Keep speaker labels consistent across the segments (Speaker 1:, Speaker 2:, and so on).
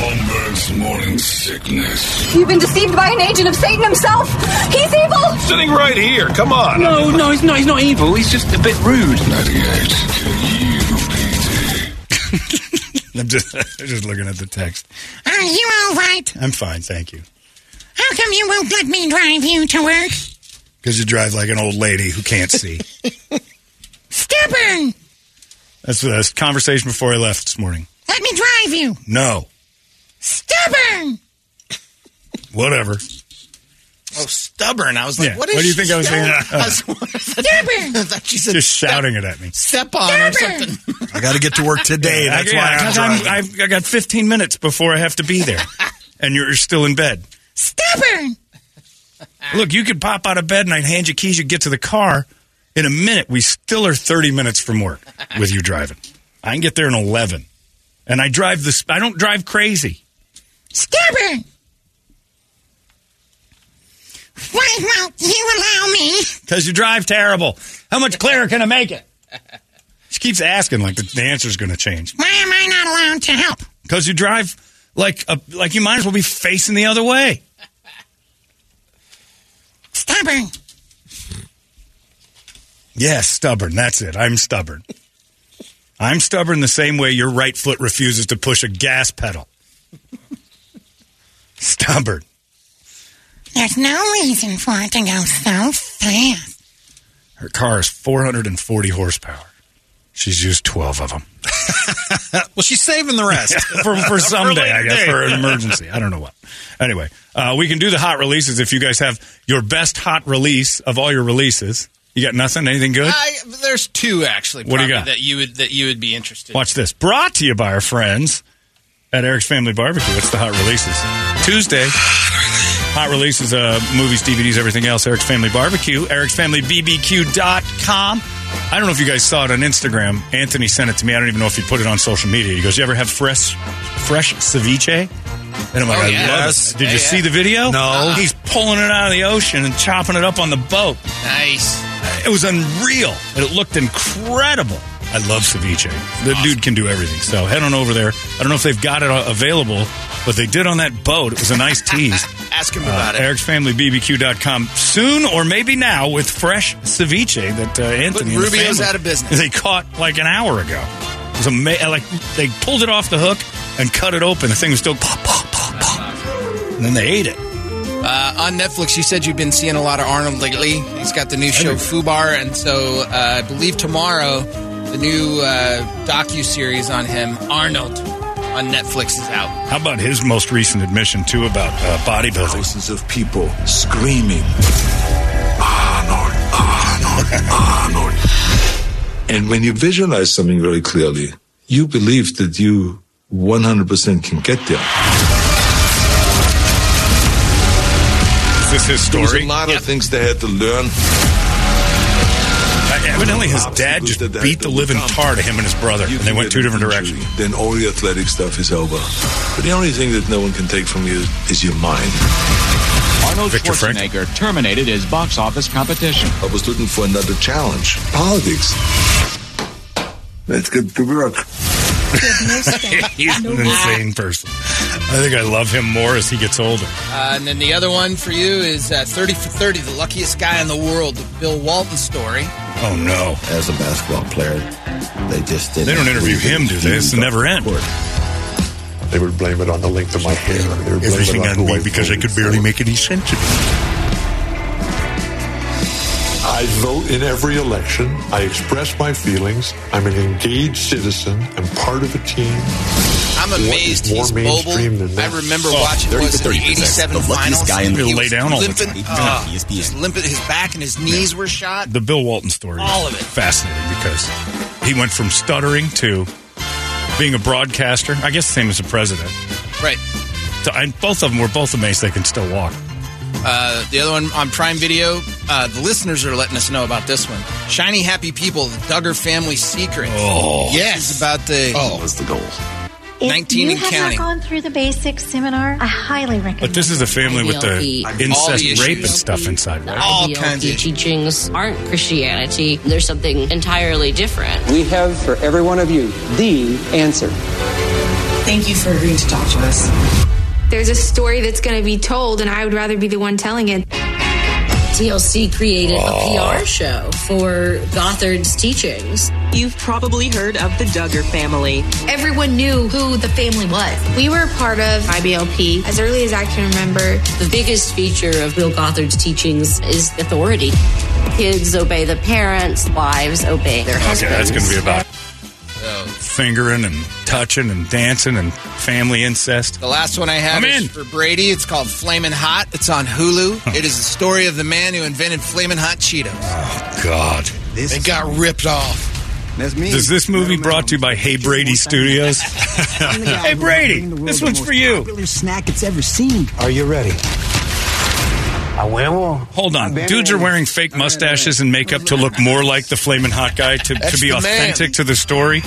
Speaker 1: Holmberg's morning sickness.
Speaker 2: You've been deceived by an agent of Satan himself. He's evil.
Speaker 3: Sitting right here. Come on.
Speaker 4: No, no, he's not. He's not evil. He's just a bit rude.
Speaker 1: 98 KUPD.
Speaker 5: I'm just, I'm just looking at the text.
Speaker 6: Are you all right?
Speaker 5: I'm fine, thank you.
Speaker 6: How come you won't let me drive you to work?
Speaker 5: Because you drive like an old lady who can't see.
Speaker 6: Stubborn!
Speaker 5: That's the conversation before I left this morning.
Speaker 6: Let me drive you!
Speaker 5: No.
Speaker 6: Stubborn!
Speaker 5: Whatever.
Speaker 7: Oh, stubborn. I was like,
Speaker 5: Yeah.
Speaker 7: what is
Speaker 5: What do you think I was saying? Uh,
Speaker 7: saying?
Speaker 6: Stubborn!
Speaker 7: I thought you said
Speaker 5: Just shouting it at me.
Speaker 7: step on or
Speaker 6: Stubborn.
Speaker 7: something.
Speaker 8: I got to get to work today. That's
Speaker 5: Yeah,
Speaker 8: why I'm
Speaker 5: because
Speaker 8: driving.
Speaker 5: I've, I got 15 minutes before I have to be there, and you're still in bed.
Speaker 6: Stubborn!
Speaker 5: Look, you could pop out of bed and I'd hand you keys. You get to the car in a minute. We still are 30 minutes from work with you driving. I can get there in 11, and I drive this. I don't drive crazy.
Speaker 6: Stubborn! Why won't you allow me?
Speaker 5: Because you drive terrible. How much clearer can I make it? She keeps asking like the, the answer's going to change.
Speaker 6: Why am I not allowed to help?
Speaker 5: Because you drive like a, like you might as well be facing the other way.
Speaker 6: Stubborn!
Speaker 5: Yes, stubborn. That's it. I'm stubborn. I'm stubborn the same way your right foot refuses to push a gas pedal. Stubborn.
Speaker 6: There's no reason for it to go so fast.
Speaker 5: Her car is 440 horsepower. She's used 12 of them.
Speaker 8: well, she's saving the rest.
Speaker 5: for, for someday,
Speaker 8: later
Speaker 5: I guess,
Speaker 8: date.
Speaker 5: for an emergency. I don't know what. Anyway, uh, we can do the hot releases if you guys have your best hot release of all your releases. You got nothing? Anything good?
Speaker 7: I, there's two actually.
Speaker 5: What do you
Speaker 7: probably,
Speaker 5: got?
Speaker 7: that you would that you would be interested?
Speaker 5: Watch this. Brought to you by our friends at Eric's Family Barbecue. It's the hot releases. Tuesday. Hot releases, uh, movies, DVDs, everything else. Eric's Family Barbecue. Eric'sFamilyBBQ.com. I don't know if you guys saw it on Instagram. Anthony sent it to me. I don't even know if he put it on social media. He goes, You ever have fresh fresh ceviche? And I'm like,
Speaker 7: Oh,
Speaker 5: I
Speaker 7: yeah.
Speaker 5: love
Speaker 8: Yes.
Speaker 5: it. Did you
Speaker 7: Yeah,
Speaker 5: see
Speaker 7: yeah.
Speaker 5: the video?
Speaker 8: No.
Speaker 5: He's pulling it out of the ocean and chopping it up on the boat.
Speaker 7: Nice.
Speaker 5: It was unreal, and it looked incredible. I love ceviche. The dude can do everything. So head on over there. I don't know if they've got it uh, available, but they did on that boat. It was a nice tease.
Speaker 7: Ask
Speaker 5: uh,
Speaker 7: him about it.
Speaker 5: Eric'sFamilyBBQ.com soon or maybe now with fresh ceviche that uh, Anthony and the
Speaker 7: Rubio's
Speaker 5: family-
Speaker 7: out of business.
Speaker 5: They caught like an hour ago. It was ama- like they pulled it off the hook and cut it open. The thing was still pop, pop, pop, pop. And then they ate it.
Speaker 7: Uh, on Netflix, you said you've been seeing a lot of Arnold lately. He's got the new show Fubar, and so uh, I believe tomorrow the new uh, docu series on him, Arnold, on Netflix is out.
Speaker 5: How about his most recent admission too about uh, bodybuilding?
Speaker 1: Thousands of people screaming, Arnold, Arnold, Arnold. And when you visualize something very clearly, you believe that you 100% can get there.
Speaker 7: Oh,
Speaker 5: Is this his
Speaker 1: There was
Speaker 5: story?
Speaker 1: a lot of things they had to learn.
Speaker 5: Uh, evidently, his dad just
Speaker 1: Obstacles that
Speaker 5: beat the
Speaker 1: had to
Speaker 5: living
Speaker 1: overcome.
Speaker 5: tar to him and his brother,
Speaker 1: You
Speaker 5: and they
Speaker 1: can
Speaker 5: went
Speaker 1: get
Speaker 5: two
Speaker 1: an
Speaker 5: different
Speaker 1: injury,
Speaker 5: directions.
Speaker 1: Then all the athletic stuff is over. But the only thing that no one can take from you is your mind.
Speaker 9: Arnold
Speaker 5: Victor Frank.
Speaker 9: Schwarzenegger terminated his box office competition.
Speaker 1: I was looking for another challenge. Politics. Let's get to work.
Speaker 5: He's an insane person. I think I love him more as he gets older.
Speaker 7: Uh, and then the other one for you is uh, 30 for 30, The Luckiest Guy in the World, the Bill Walton story.
Speaker 5: Oh no!
Speaker 10: as a basketball player. They just didn't.
Speaker 5: They don't interview him, do they? It's a never end.
Speaker 10: They would blame it on the length of my hair. They would blame
Speaker 5: Everything
Speaker 10: it
Speaker 5: on
Speaker 10: who
Speaker 5: me because I
Speaker 10: voted
Speaker 5: could barely
Speaker 10: for.
Speaker 5: make any sense of it.
Speaker 10: I I vote in every election. I express my feelings. I'm an engaged citizen. I'm part of a team.
Speaker 7: I'm amazed
Speaker 10: more
Speaker 7: he's mobile.
Speaker 10: mainstream than
Speaker 7: I
Speaker 10: that?
Speaker 7: remember
Speaker 5: Oh,
Speaker 7: watching what was it, the 87 finals. he was limping, uh,
Speaker 5: E
Speaker 7: just limping. His back and his knees were shot.
Speaker 5: The Bill Walton story.
Speaker 7: All
Speaker 5: is
Speaker 7: of it.
Speaker 5: Fascinating because he went from stuttering to being a broadcaster. I guess the same as the president.
Speaker 7: Right.
Speaker 5: So, and both of them were both amazed they can still walk.
Speaker 7: Uh, the other one on Prime Video, uh, the listeners are letting us know about this one. Shiny Happy People, the Duggar Family Secret.
Speaker 5: Oh.
Speaker 7: Yes. It's about the
Speaker 5: Oh, was the goal.
Speaker 7: 19
Speaker 11: you
Speaker 7: and
Speaker 11: have
Speaker 7: counting.
Speaker 11: not gone through the basic seminar, I highly recommend.
Speaker 5: But this is a family with the
Speaker 11: IDLP.
Speaker 5: incest,
Speaker 11: All the
Speaker 5: rape, and
Speaker 11: issues.
Speaker 5: stuff inside. Right?
Speaker 11: All
Speaker 12: kinds of teachings aren't Christianity. There's something entirely different.
Speaker 13: We have for every one of you the answer.
Speaker 14: Thank you for agreeing to talk to us.
Speaker 15: There's a story that's going to be told, and I would rather be the one telling it.
Speaker 16: TLC created
Speaker 15: Oh.
Speaker 16: a PR show for Gothard's teachings.
Speaker 17: You've probably heard of the Duggar family.
Speaker 15: Everyone knew who the family was. We were part of IBLP as early as I can remember.
Speaker 16: The biggest feature of Bill Gothard's teachings is authority. Kids obey the parents, wives obey their
Speaker 5: Okay,
Speaker 16: husbands.
Speaker 5: that's going to be about
Speaker 7: So,
Speaker 5: fingering and touching and dancing and family incest.
Speaker 7: the last one I have
Speaker 5: I'm
Speaker 7: is
Speaker 5: in.
Speaker 7: for Brady. It's called Flamin' Hot. It's on Hulu. it is the story of the man who invented Flamin' Hot Cheetos.
Speaker 5: God.
Speaker 7: They got ripped off.
Speaker 5: That's me. Is this movie brought to you by Hey Brady Studios? hey Brady, this one's for you.
Speaker 18: snack it's ever seen. Are you ready?
Speaker 5: I will. Hold on. Dudes are wearing fake mustaches and makeup to look more like the Flamin' Hot guy to, to
Speaker 7: That's
Speaker 5: be
Speaker 7: the man.
Speaker 5: authentic to the story.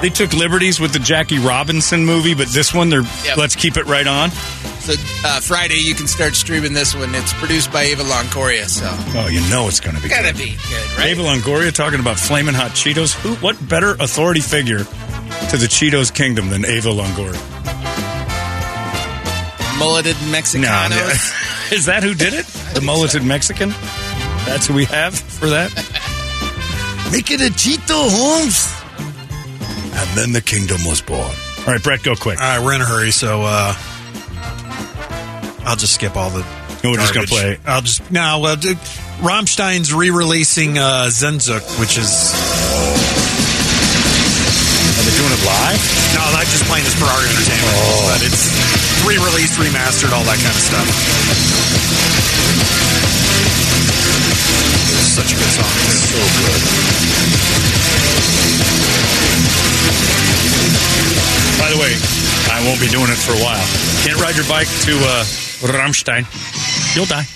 Speaker 5: They took liberties with the Jackie Robinson movie, but this one, they're
Speaker 7: Yep.
Speaker 5: let's keep it right on.
Speaker 7: So uh, Friday, you can start streaming this one. It's produced by Ava Longoria. So
Speaker 5: Oh, you know it's going to be
Speaker 7: gotta
Speaker 5: good.
Speaker 7: be good, right?
Speaker 5: Ava Longoria talking about Flamin' Hot Cheetos. Who? What better authority figure to the Cheetos kingdom than Ava Longoria?
Speaker 7: Mulleted
Speaker 5: Nah,
Speaker 7: Mexicanos.
Speaker 5: is that who did it? The mulleted Mexican? That's who we have for that? Make it a Cheeto, Holmes. And then the kingdom was born. All right, Brett, go quick.
Speaker 8: All right, we're in a hurry, so uh, I'll just skip all the.
Speaker 5: No, Oh, we're just gonna
Speaker 8: garbage.
Speaker 5: play it.
Speaker 8: I'll just no. Well, dude, Rammstein's re-releasing uh, Zenzuk, which is. Are
Speaker 5: they doing it live? Oh.
Speaker 8: No, I'm just playing this for our entertainment. But it's re-released, remastered, all that kind of stuff. Such a good song. So good.
Speaker 5: By the way, I won't be doing it for a while. Can't ride your bike to uh, Rammstein. You'll die.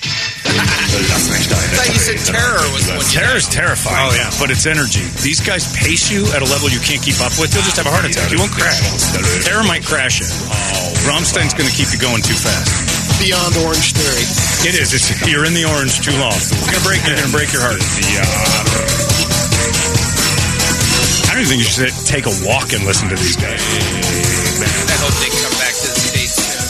Speaker 7: I thought you said terror was the one. you-
Speaker 5: Terror's terrifying. Oh, yeah. But it's energy. These guys pace you at a level you can't keep up with. You'll just have a heart attack. You won't crash. Terror might crash it. Oh, Rammstein's going to keep you going too fast.
Speaker 19: Beyond Orange Theory.
Speaker 5: It is. It's, you're in the orange too long. You're going to break You're going to break your heart. I don't even think you should take a walk and listen to these guys.
Speaker 7: I hope they come back to the states. soon.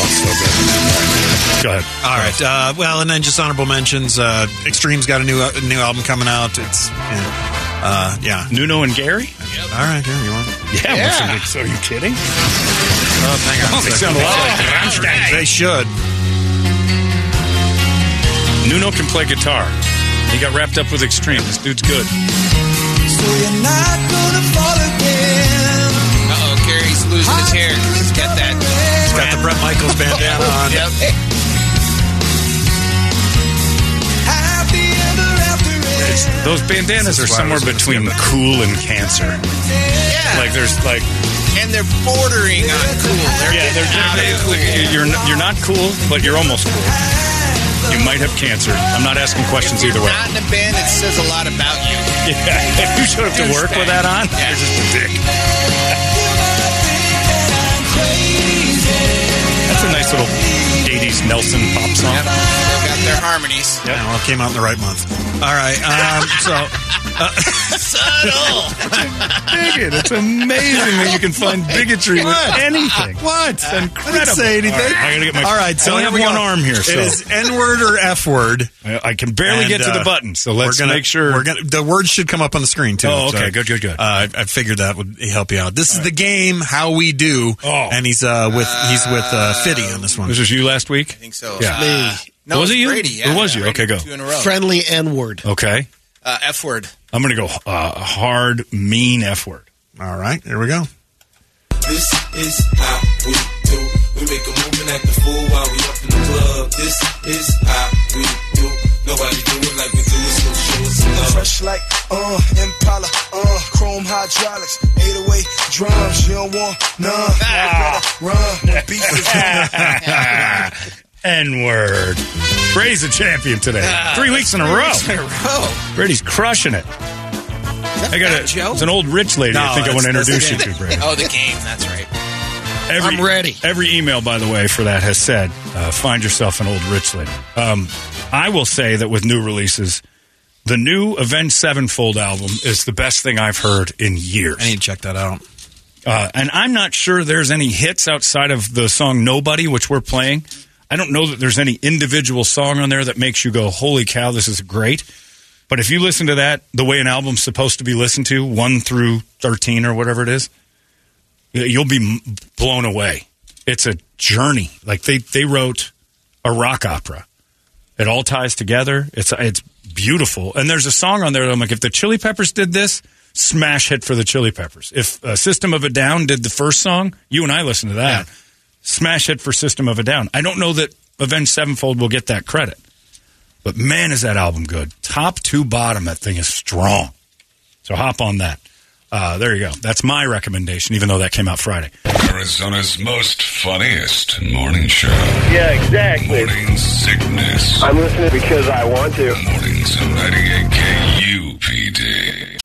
Speaker 5: Oh, so good. Go ahead.
Speaker 8: All right. Uh, well, and then just honorable mentions. Uh, Extreme's got a new uh, new album coming out. It's yeah. Uh, yeah.
Speaker 5: Nuno and Gary.
Speaker 8: All right. Here you want.
Speaker 5: Yeah.
Speaker 8: Yeah.
Speaker 5: we're so- Are you kidding?
Speaker 8: Oh, hang on.
Speaker 5: Oh,
Speaker 8: a
Speaker 5: they sound
Speaker 8: second.
Speaker 5: a lot like
Speaker 8: They-
Speaker 5: Rammstein.
Speaker 8: They should.
Speaker 5: Nuno can play guitar. He got wrapped up with Extreme. This dude's good.
Speaker 20: So you're not gonna fall again.
Speaker 7: Uh oh, Gary's losing his hair. He's got that.
Speaker 8: He's got the Brett Michaels bandana on.
Speaker 7: Yep.
Speaker 20: Happy ever after
Speaker 5: It's, those bandanas are
Speaker 8: This is why I
Speaker 5: somewhere
Speaker 8: was gonna
Speaker 5: between cool and cancer.
Speaker 7: Yeah.
Speaker 5: Like there's like
Speaker 7: and they're bordering on cool. They're
Speaker 5: yeah,
Speaker 7: getting
Speaker 5: they're,
Speaker 7: out of cool.
Speaker 5: they're- you're n- you're not cool, but you're almost cool. You might have cancer. I'm not asking questions either way.
Speaker 7: Not in a band, it says a lot about you.
Speaker 5: Yeah, if you showed up to work with that on,
Speaker 7: Yeah.
Speaker 5: you're just a dick. That's a nice little 80s Nelson pop song.
Speaker 7: They've got their harmonies.
Speaker 8: Yeah, well, it came out in the right month. All right. Um, so
Speaker 7: Subtle.
Speaker 5: bigot. It's amazing that you can find bigotry
Speaker 8: What?
Speaker 5: with anything. What? It's
Speaker 8: I
Speaker 5: incredible.
Speaker 8: didn't say anything.
Speaker 5: All right, I gotta get my.
Speaker 8: All right. So
Speaker 5: I only
Speaker 8: here
Speaker 5: have
Speaker 8: we
Speaker 5: one
Speaker 8: go.
Speaker 5: arm here, so
Speaker 8: It is N word or F word.
Speaker 5: I I can barely
Speaker 8: And,
Speaker 5: get to
Speaker 8: uh,
Speaker 5: the button. So let's
Speaker 8: we're gonna,
Speaker 5: make sure.
Speaker 8: we're gonna, the words should come up on the screen too.
Speaker 5: Oh, okay.
Speaker 8: So,
Speaker 5: Good, good, good.
Speaker 8: Uh, I, I figured that would help you out. This is the game how we do, oh. and he's uh, with he's with uh, Fitty on this one.
Speaker 5: This was you last week. I
Speaker 7: think so.
Speaker 5: Yeah.
Speaker 7: Uh, No,
Speaker 5: was it
Speaker 7: it's
Speaker 5: you?
Speaker 7: Brady, yeah,
Speaker 5: it was
Speaker 7: yeah,
Speaker 5: you. Okay, go.
Speaker 7: two in a row.
Speaker 19: Friendly N word.
Speaker 5: Okay.
Speaker 7: Uh, F word.
Speaker 5: I'm going to go uh, hard, mean F word. All right. There we go.
Speaker 21: This is how we do. We make a move and act a fool while we up in the club. This is how we do. Nobody do it like we do it, so show us some love.
Speaker 20: Fresh like uh Impala, uh chrome hydraulics, 808 drums. You don't want none. You better run when beef is
Speaker 5: N word. Brady's a champion today.
Speaker 7: Ah,
Speaker 5: three weeks in a
Speaker 7: three
Speaker 5: row.
Speaker 7: weeks in a row.
Speaker 5: Brady's crushing it. I got a,
Speaker 7: Joe?
Speaker 5: It's an old rich lady. I think I want to
Speaker 7: that's-
Speaker 5: introduce
Speaker 7: that's
Speaker 5: you
Speaker 7: the
Speaker 5: to
Speaker 7: game.
Speaker 5: Brady.
Speaker 7: Oh, the game. That's right.
Speaker 5: Every, I'm ready. Every email, by the way, for that has said, uh, find yourself an old rich lady. Um, I will say that with new releases, the new Avenged Sevenfold album is the best thing I've heard in years. I need to check that out. Uh, and I'm not sure there's any hits outside of the song Nobody, which we're playing. I don't know that there's any individual song on there that makes you go, holy cow, this is great. But if you listen to that the way an album's supposed to be listened to, 1 through 13 or whatever it is, you'll be m- blown away. It's a journey. Like they they wrote a rock opera. It all ties together. It's it's beautiful. And there's a song on there that I'm like, if the Chili Peppers did this, smash hit for the Chili Peppers. If uh, System of a Down did the first song, you and I listened to that, smash hit for System of a Down. I don't know that Avenged Sevenfold will get that credit, but man, is that album good. Top to bottom, that thing is strong. So hop on that. Uh, there you go. That's my recommendation, even though that came out Friday.
Speaker 22: Arizona's most funniest morning show.
Speaker 23: Yeah, exactly.
Speaker 22: Morning sickness.
Speaker 23: I'm listening because I want to.
Speaker 22: Mornings of 98 KUPD.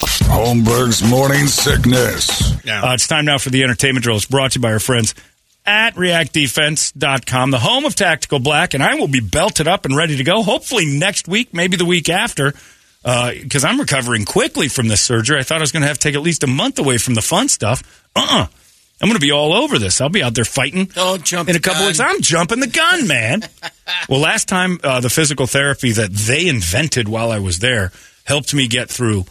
Speaker 22: Holmberg's morning sickness.
Speaker 5: Uh, it's time now for the entertainment drill. It's brought to you by our friends at reactdefense.com, the home of Tactical Black, and I will be belted up and ready to go, hopefully next week, maybe the week after, because I'm recovering quickly from this surgery. I thought I was going to have to take at least a month away from the fun stuff. Uh-uh. I'm going to be all over this. I'll be out there fighting. Don't jump in a couple weeks. I'm jumping the gun, man. well, last time uh, the physical therapy that they invented while I was there helped me get through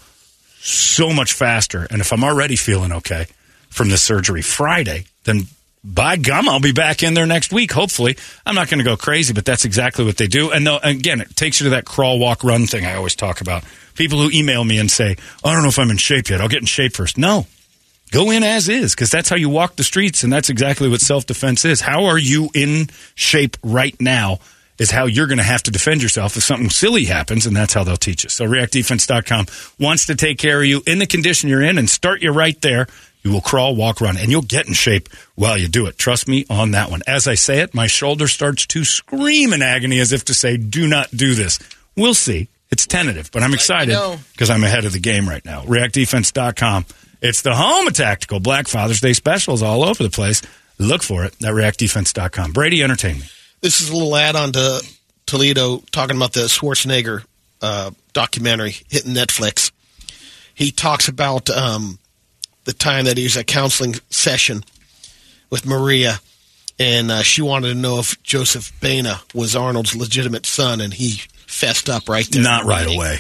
Speaker 5: so much faster. And if I'm already feeling okay from the surgery Friday, then by gum, I'll be back in there next week. Hopefully, I'm not going to go crazy, but that's exactly what they do. And though, again, it takes you to that crawl, walk, run thing I always talk about. People who email me and say, "I don't know if I'm in shape yet. I'll get in shape first. No, go in as is because that's how you walk the streets, and that's exactly what self defense is. How are you in shape right now? Is how you're going to have to defend yourself if something silly happens, and that's how they'll teach us. So, reactdefense.com wants to take care of you in the condition you're in and start you right there. You will crawl, walk, run, and you'll get in shape while you do it. Trust me on that one. As I say it, my shoulder starts to scream in agony as if to say, do not do this. We'll see. It's tentative, but I'm excited
Speaker 7: know.
Speaker 5: because I'm ahead of the game right now. ReactDefense.com. It's the home of tactical Black Father's Day specials all over the place. Look for it at reactdefense.com. Brady, entertain me.
Speaker 19: This is a little add on to Toledo talking about the Schwarzenegger uh, documentary hitting Netflix. He talks about um, the time that he was at a counseling session with Maria, and uh, she wanted to know if Joseph Bana was Arnold's legitimate son, and he fessed up right there.
Speaker 5: Not right away.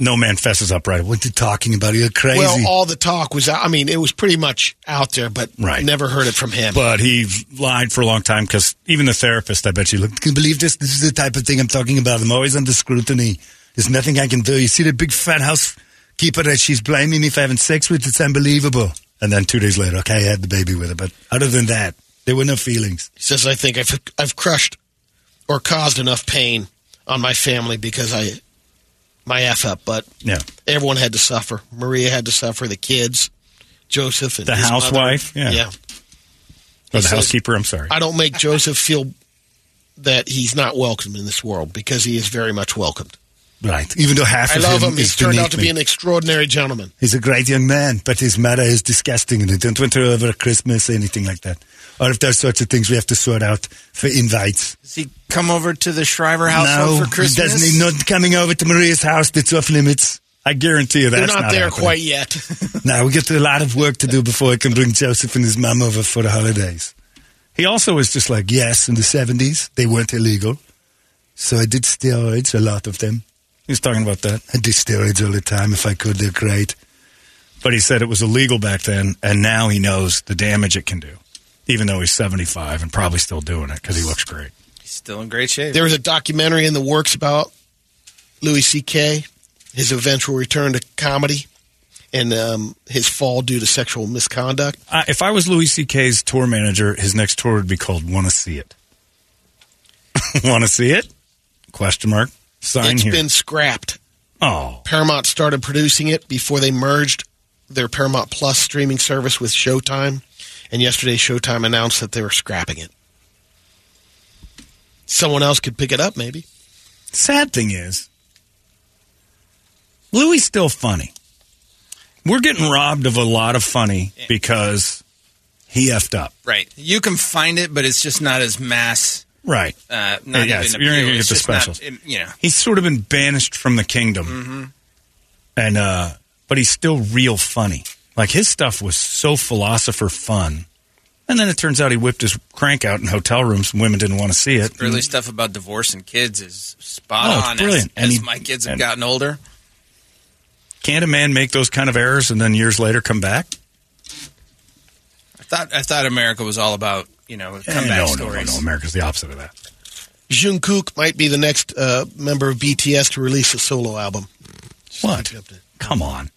Speaker 5: No man fesses up right away. What you talking about? You're crazy.
Speaker 19: Well, Oh, all the talk was, I mean, it was pretty much out there, but
Speaker 5: Right.
Speaker 19: never heard it from him.
Speaker 5: but he lied for a long time because even the therapist, I bet you, looked, can you believe this? This is the type of thing I'm talking about. I'm always under scrutiny. There's nothing I can do. You see the big fat housekeeper that she's blaming me for having sex with? It's unbelievable. And then two days later, okay, I had the baby with her. But other than that, there were no feelings.
Speaker 19: He says, I think I've, I've crushed or caused enough pain on my family because I, my F up, but
Speaker 5: Yeah.
Speaker 19: everyone had to suffer. Maria had to suffer, the kids, Joseph, and
Speaker 5: The
Speaker 19: his mother.
Speaker 5: housewife, yeah.
Speaker 19: Yeah.
Speaker 5: Or the
Speaker 19: says-
Speaker 5: housekeeper, I'm sorry.
Speaker 19: I don't make Joseph feel that he's not welcome in this world because he is very much welcomed.
Speaker 5: Right. Even though half
Speaker 8: I
Speaker 5: of
Speaker 8: love
Speaker 5: him,
Speaker 8: him. He's
Speaker 5: is
Speaker 8: turned
Speaker 5: beneath
Speaker 8: out to
Speaker 5: me.
Speaker 8: be an extraordinary gentleman.
Speaker 5: He's a great young man, but his mother is disgusting, and I don't want her over at Christmas or anything like that. All of those sorts of things we have to sort out for invites.
Speaker 7: Does he come over to the Shriver household
Speaker 5: no,
Speaker 7: for Christmas?
Speaker 5: he doesn't. He's not coming over to Maria's house. That's off limits. I guarantee you
Speaker 8: They're
Speaker 5: that's
Speaker 8: not, there
Speaker 5: happening.
Speaker 8: quite yet.
Speaker 5: No, we get a lot of work to do before I can bring Joseph and his mum over for the holidays. He also was just like, yes, in the 70s, they weren't illegal. So I did steroids, a lot of them. He was talking about that. I did steroids all the time. If I could, they're great. But he said it was illegal back then, and now he knows the damage it can do, even though he's 75 and probably still doing it because he looks great.
Speaker 7: He's still in great shape.
Speaker 8: There was a documentary in the works about Louis C.K., his eventual return to comedy, and um, his fall due to sexual misconduct.
Speaker 5: Uh, if I was Louis C.K.'s tour manager, his next tour would be called "Want to See It." Want to see it? Question mark. Sign
Speaker 8: It's
Speaker 5: here.
Speaker 8: been scrapped.
Speaker 5: Oh.
Speaker 8: Paramount started producing it before they merged their Paramount Plus streaming service with Showtime, and yesterday Showtime announced that they were scrapping it. Someone else could pick it up, maybe.
Speaker 5: Sad thing is, Louis still funny. We're getting robbed of a lot of funny because he effed up.
Speaker 7: Right. You can find it, but it's just not as mass.
Speaker 5: Right.
Speaker 7: Uh, not
Speaker 5: Yeah,
Speaker 7: even
Speaker 5: it's- you're not
Speaker 7: appeal.
Speaker 5: gonna get
Speaker 7: It's
Speaker 5: the
Speaker 7: just not-
Speaker 5: specials.
Speaker 7: it- you know.
Speaker 5: He's sort of been banished from the kingdom,
Speaker 8: Mm-hmm.
Speaker 5: and uh, but he's still real funny. Like his stuff was so philosopher fun, and then it turns out he whipped his crank out in hotel rooms, and women didn't want to see it.
Speaker 7: Early stuff about divorce and kids is spot
Speaker 5: Oh, it's
Speaker 7: on. as-
Speaker 5: brilliant.
Speaker 7: As,
Speaker 5: And he-
Speaker 7: my kids have
Speaker 5: and-
Speaker 7: gotten older,
Speaker 5: Can't a man make those kind of errors and then years later come back?
Speaker 7: I thought I thought America was all about you know comeback
Speaker 5: Eh, no, no,
Speaker 7: stories.
Speaker 5: no, no, America's the opposite of that.
Speaker 8: Jungkook might be the next uh, member of BTS to release a solo album.
Speaker 5: What? Come on.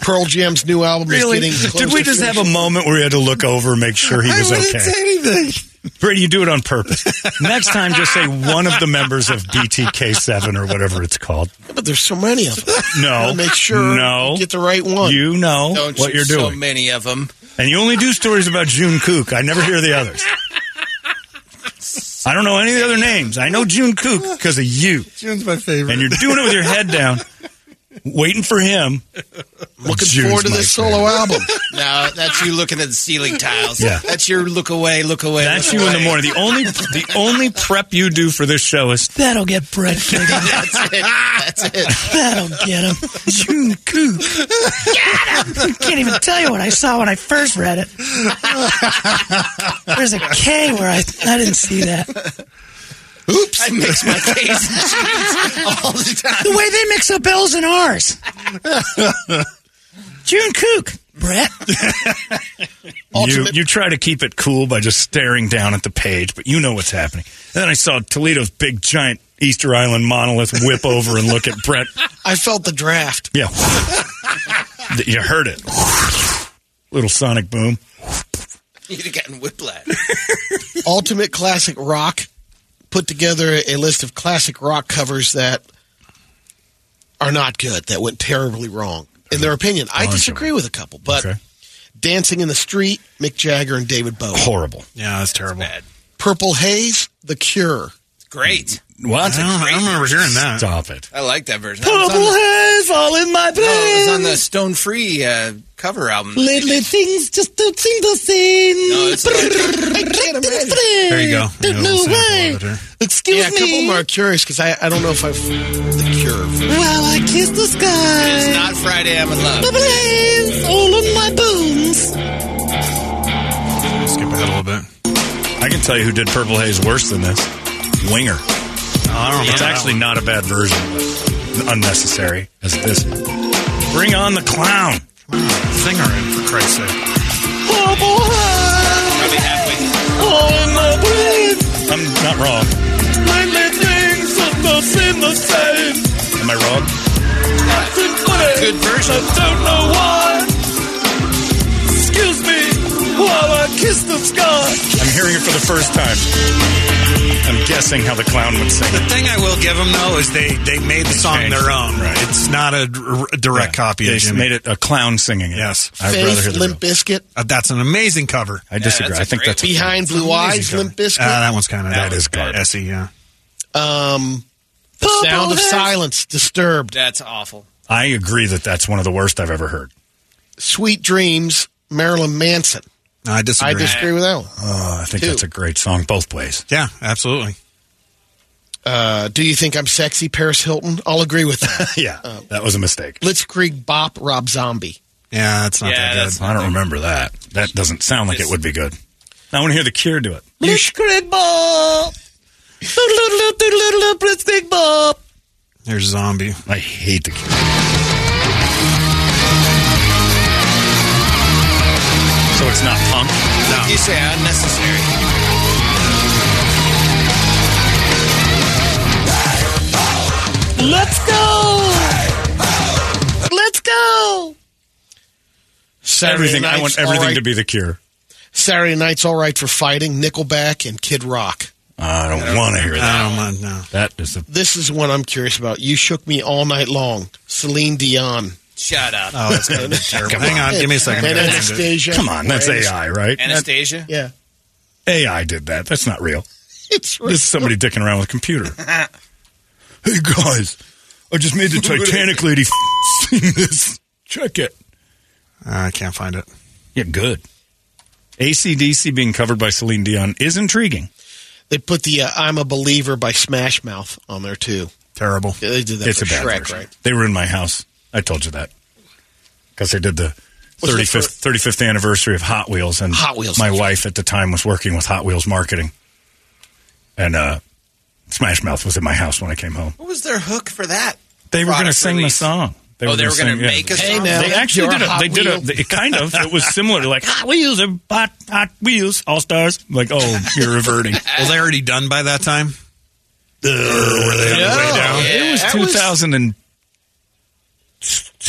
Speaker 8: Pearl Jam's new album
Speaker 5: Really?
Speaker 8: is getting close
Speaker 5: Did we
Speaker 8: to
Speaker 5: just have a
Speaker 8: finishing.
Speaker 5: moment where we had to look over and make sure he
Speaker 8: I
Speaker 5: was
Speaker 8: wouldn't
Speaker 5: okay?
Speaker 8: say
Speaker 5: anything. Brady, you do it on purpose. Next time, just say one of the members of BTK7 or whatever it's called.
Speaker 8: But there's so many of them.
Speaker 5: No.
Speaker 8: Gotta make sure
Speaker 5: No.
Speaker 8: you get the right one.
Speaker 5: You know
Speaker 7: Don't
Speaker 5: what
Speaker 7: you-
Speaker 5: you're
Speaker 7: So
Speaker 5: doing.
Speaker 7: many of them.
Speaker 5: and you only do stories about June Kook. I never hear the others. I don't know any of the other names. I know June Kook because of you.
Speaker 2: June's my favorite.
Speaker 5: And you're doing it with your head down, waiting for him.
Speaker 8: Looking
Speaker 5: June's
Speaker 8: forward to
Speaker 5: my
Speaker 8: this
Speaker 5: favorite.
Speaker 8: solo album.
Speaker 7: No, that's you looking at the ceiling tiles.
Speaker 5: Yeah.
Speaker 7: That's your look away, look away.
Speaker 5: That's
Speaker 7: look
Speaker 5: you in the
Speaker 7: away.
Speaker 5: morning. The only the only prep you do for this show is that'll get Brett figured.
Speaker 8: That's it. That's it.
Speaker 2: That'll get him. June Kook. Get him! Can't even tell you what I saw when I first read it. There's a K where I, I didn't see that.
Speaker 8: Oops.
Speaker 7: I mix my case all the time.
Speaker 2: The way they mix up L's and R's. June Kook. Brett.
Speaker 5: You, you try to keep it cool by just staring down at the page, but you know what's happening. And then I saw Toledo's big giant Easter Island monolith whip over and look at Brett.
Speaker 8: I felt the draft.
Speaker 5: Yeah. you heard it. Little sonic boom.
Speaker 7: You'd have gotten whiplash.
Speaker 8: Ultimate Classic Rock put together a list of classic rock covers that are not good, that went terribly wrong. In their opinion, I disagree with a couple, but Dancing in the Street, Mick Jagger and David Bowie.
Speaker 5: Horrible.
Speaker 24: Yeah, that's terrible.
Speaker 8: Purple Haze, The Cure.
Speaker 7: Great.
Speaker 5: What?
Speaker 24: I don't, I don't remember hearing that.
Speaker 5: Stop it.
Speaker 7: I like that version. That was on
Speaker 2: Purple
Speaker 7: the-
Speaker 2: haze all in my
Speaker 7: no, it was on
Speaker 2: plans.
Speaker 7: the Stone Free uh, cover album.
Speaker 2: Lately things just don't seem the same.
Speaker 7: No, it's uh,
Speaker 2: I can't imagine. There
Speaker 24: you go.
Speaker 2: Don't
Speaker 24: Yeah, we'll
Speaker 2: know
Speaker 24: sample
Speaker 2: why.
Speaker 24: it there.
Speaker 2: Excuse
Speaker 8: yeah, a couple
Speaker 2: me.
Speaker 8: more curious because I, I don't know if I've the cure.
Speaker 2: While I kiss the
Speaker 7: It's
Speaker 2: sky.
Speaker 7: not Friday I'm in
Speaker 2: The
Speaker 7: love.
Speaker 2: blaze all in my bones.
Speaker 24: Skip ahead a little bit.
Speaker 5: I can tell you who did Purple Haze worse than this. Winger.
Speaker 24: I don't
Speaker 5: It's
Speaker 24: remember that
Speaker 5: actually
Speaker 24: one.
Speaker 5: not a bad version, but unnecessary as this. is. Bring on the clown.
Speaker 24: Sing her in, for Christ's sake.
Speaker 2: Purple haze
Speaker 7: Probably halfway.
Speaker 2: all in my brain.
Speaker 5: I'm not wrong.
Speaker 2: Lately things just don't seem the same.
Speaker 5: Am I wrong?
Speaker 2: Nothing funny.
Speaker 7: Good version.
Speaker 2: I don't know why. Excuse me while I kiss the sky.
Speaker 5: I'm hearing it for the first time. I'm guessing how the clown would sing.
Speaker 24: The thing I will give them though is they they made the song
Speaker 5: changed
Speaker 24: their
Speaker 5: it.
Speaker 24: own.
Speaker 5: Right.
Speaker 24: It's not a d- direct copy
Speaker 5: They
Speaker 24: of Jimmy.
Speaker 5: made it a clown singing. it.
Speaker 24: Yes.
Speaker 5: I'd rather hear
Speaker 8: Faith,
Speaker 5: the
Speaker 8: Limp
Speaker 5: real.
Speaker 8: Biscuit,
Speaker 24: Uh, that's an amazing cover.
Speaker 5: I disagree.
Speaker 7: that's a
Speaker 5: I think
Speaker 7: great
Speaker 5: that's a
Speaker 8: Behind Blue Eyes,
Speaker 24: Amazing
Speaker 8: Limp Bizkit.
Speaker 24: cover. Uh, that one's kind of
Speaker 5: That is garbage.
Speaker 24: Essie, yeah.
Speaker 8: um,
Speaker 19: The sound of
Speaker 7: Bubblers.
Speaker 19: silence disturbed.
Speaker 7: That's awful.
Speaker 5: I agree that that's one of the worst I've ever heard.
Speaker 19: Sweet Dreams, Marilyn Manson.
Speaker 8: I disagree.
Speaker 19: I disagree with that one.
Speaker 5: Oh, I think
Speaker 19: Two.
Speaker 5: that's a great song both ways.
Speaker 8: Yeah, absolutely.
Speaker 19: Uh, do you think I'm sexy, Paris Hilton? I'll agree with that. Um,
Speaker 5: yeah, that was a mistake.
Speaker 19: Let's Creek Bop Rob Zombie.
Speaker 8: Yeah, that's not
Speaker 5: Yeah,
Speaker 8: that good.
Speaker 5: that's I don't remember that. That doesn't sound like it would be good. I want to hear the Cure do it.
Speaker 2: Blitzkrieg Bob. Doodle-doodle-doodle, doodle-doodle, Blitzkrieg Bob.
Speaker 8: There's zombie.
Speaker 5: I hate the Cure. So it's not punk.
Speaker 8: No.
Speaker 7: You say unnecessary.
Speaker 2: Let's go. Let's go.
Speaker 19: Saturday
Speaker 5: everything. I
Speaker 19: night's
Speaker 5: want everything
Speaker 19: all right-
Speaker 5: to be the Cure.
Speaker 19: Saturday night's all right for fighting. Nickelback and Kid Rock.
Speaker 5: I don't, want to hear
Speaker 8: I
Speaker 5: that.
Speaker 8: don't mind. No.
Speaker 5: That is the
Speaker 19: This is one I'm curious about. You shook me all night long. Celine Dion.
Speaker 7: Shut up.
Speaker 8: Oh, that's gonna be terrible. Hang on, give me a second.
Speaker 19: And
Speaker 8: I'm gonna find it.
Speaker 19: Anastasia.
Speaker 5: Come on, that's
Speaker 19: Right.
Speaker 5: AI, right?
Speaker 7: Anastasia?
Speaker 19: Yeah,
Speaker 5: AI did that. That's not real.
Speaker 19: it's
Speaker 5: This is somebody dicking around with a computer. hey guys, I just made the Titanic lady sing this. Check it.
Speaker 8: Uh, I can't find it.
Speaker 5: Yeah, good. ACDC being covered by Celine Dion is intriguing.
Speaker 19: They put the uh, "I'm a Believer" by Smash Mouth on there too.
Speaker 8: Terrible.
Speaker 19: Yeah, They did that
Speaker 5: it's
Speaker 19: for
Speaker 5: a bad
Speaker 19: Shrek,
Speaker 5: version.
Speaker 19: right?
Speaker 5: They were in my house. I told you that because they did the
Speaker 19: What's the
Speaker 5: 35th, 35th anniversary of Hot Wheels, and
Speaker 19: Hot Wheels.
Speaker 5: My wife at the time was working with Hot Wheels marketing, and uh, Smash Mouth was in my house when I came home.
Speaker 7: What was their hook for that?
Speaker 5: They were
Speaker 7: Product
Speaker 5: going to sing the
Speaker 7: release.
Speaker 5: song.
Speaker 7: Oh, they were
Speaker 5: gonna sing-
Speaker 7: going to
Speaker 5: yeah.
Speaker 7: make a
Speaker 19: Hey,
Speaker 7: song.
Speaker 19: now-
Speaker 5: They actually
Speaker 19: You're
Speaker 5: did
Speaker 19: a
Speaker 5: it.
Speaker 19: Hot
Speaker 5: They did
Speaker 19: Wheel.
Speaker 5: it. Kind of. It was similar to like Hot Wheels and Hot Hot Wheels All Stars. Like, oh, you're reverting. Uh,
Speaker 8: Well, they already done by that time.
Speaker 19: Yeah.
Speaker 5: It was
Speaker 19: That
Speaker 5: 2002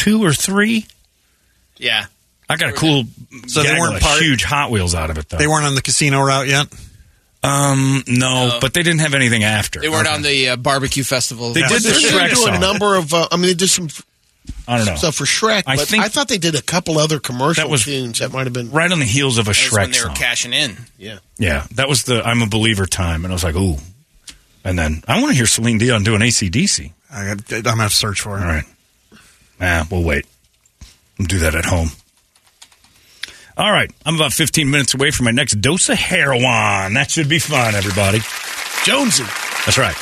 Speaker 5: or three.
Speaker 7: Yeah.
Speaker 5: I got a cool.
Speaker 8: So they
Speaker 5: gaggle
Speaker 8: weren't
Speaker 5: of
Speaker 8: part-
Speaker 5: huge Hot Wheels out of it though.
Speaker 8: They weren't on the casino route yet.
Speaker 5: Um, no,
Speaker 7: No.
Speaker 5: but they didn't have anything after.
Speaker 7: They weren't on the uh, barbecue festival.
Speaker 5: They
Speaker 7: Yeah.
Speaker 5: did the
Speaker 19: They didn't
Speaker 5: Shrek
Speaker 19: do a
Speaker 5: song.
Speaker 19: number of. Uh, I mean, they did some f-
Speaker 5: I don't know.
Speaker 19: stuff for Shrek,
Speaker 5: I
Speaker 19: but
Speaker 5: think-
Speaker 19: I thought they did a couple other commercial
Speaker 5: That was-
Speaker 19: tunes. That might have been.
Speaker 5: right on the heels of a
Speaker 7: That's
Speaker 5: Shrek
Speaker 7: when they were
Speaker 5: song.
Speaker 7: cashing in.
Speaker 19: Yeah.
Speaker 5: yeah, that was the I'm a Believer time, and I was like, ooh. And then I want to hear Celine Dion doing ACDC.
Speaker 8: I got, I'm gonna have to search for it.
Speaker 5: All right. Ah, we'll wait. We'll do that at home. All right. I'm about 15 minutes away from my next dose of heroin. That should be fun, everybody. Jonesy. That's right.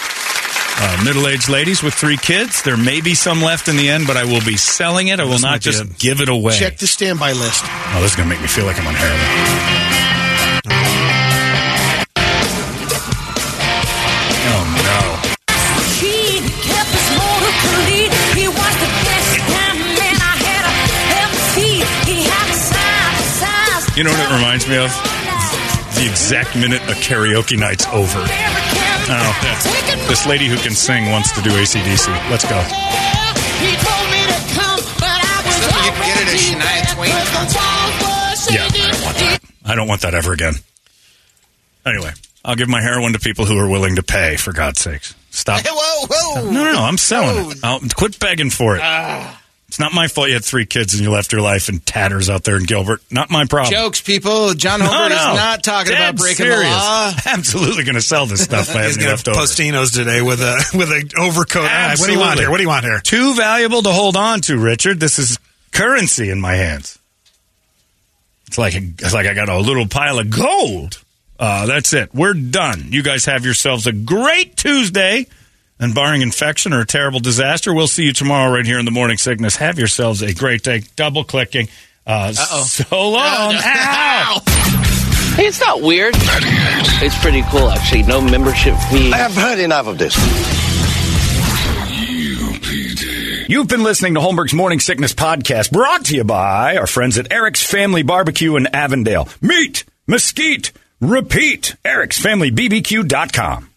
Speaker 5: Uh, Middle aged ladies with three kids. There may be some left in the end, but I will be selling it. I will
Speaker 8: This
Speaker 5: not
Speaker 8: might be
Speaker 5: just
Speaker 8: it.
Speaker 5: give it away.
Speaker 19: Check the standby list.
Speaker 5: Oh, this is going to make me feel like I'm on heroin. Oh, no.
Speaker 2: He kept his motor clean. He was the best damn man I had ever seen. He had a size, size.
Speaker 5: You know what it reminds me of? The exact minute a karaoke night's over. Oh, this lady who can sing wants to do ACDC. Let's go.
Speaker 2: He told me to come, but I was
Speaker 7: Except you can get it at Shania Twain concert.
Speaker 5: Yeah, I don't want that. I don't want that ever again. Anyway, I'll give my heroin to people who are willing to pay, for God's sakes. Stop.
Speaker 7: Whoa, whoa.
Speaker 5: No, no, no. I'm selling it. I'll, quit begging for it. It's not my fault you had three kids and you left your life in tatters out there in Gilbert. Not my problem.
Speaker 7: Jokes, people. John
Speaker 5: Oh, No,
Speaker 7: Holbert
Speaker 5: no.
Speaker 7: is not talking
Speaker 5: Dead
Speaker 7: about breaking
Speaker 5: serious.
Speaker 7: the law.
Speaker 5: Absolutely going to sell this stuff if I have
Speaker 8: He's
Speaker 5: any
Speaker 8: gonna
Speaker 5: left over.
Speaker 8: Postinos today with a with an overcoat. Ah, what do you want
Speaker 5: Absolutely.
Speaker 8: here? What do you want here?
Speaker 5: Too valuable to hold on to, Richard. This is currency in my hands. It's like it's like I got a little pile of gold. Uh, that's it. We're done. You guys have yourselves a great Tuesday. And barring infection or a terrible disaster, we'll see you tomorrow right here in the morning sickness. Have yourselves a great day. Double clicking. Uh, so long. Ow.
Speaker 1: Hey, it's not weird. It's pretty cool, actually. No membership fee.
Speaker 18: I've heard enough of this.
Speaker 22: UPD.
Speaker 5: You've been listening to Holmberg's Morning Sickness Podcast, brought to you by our friends at Eric's Family Barbecue in Avondale. Meet, mesquite, repeat. Eric'sFamilyBBQ.com.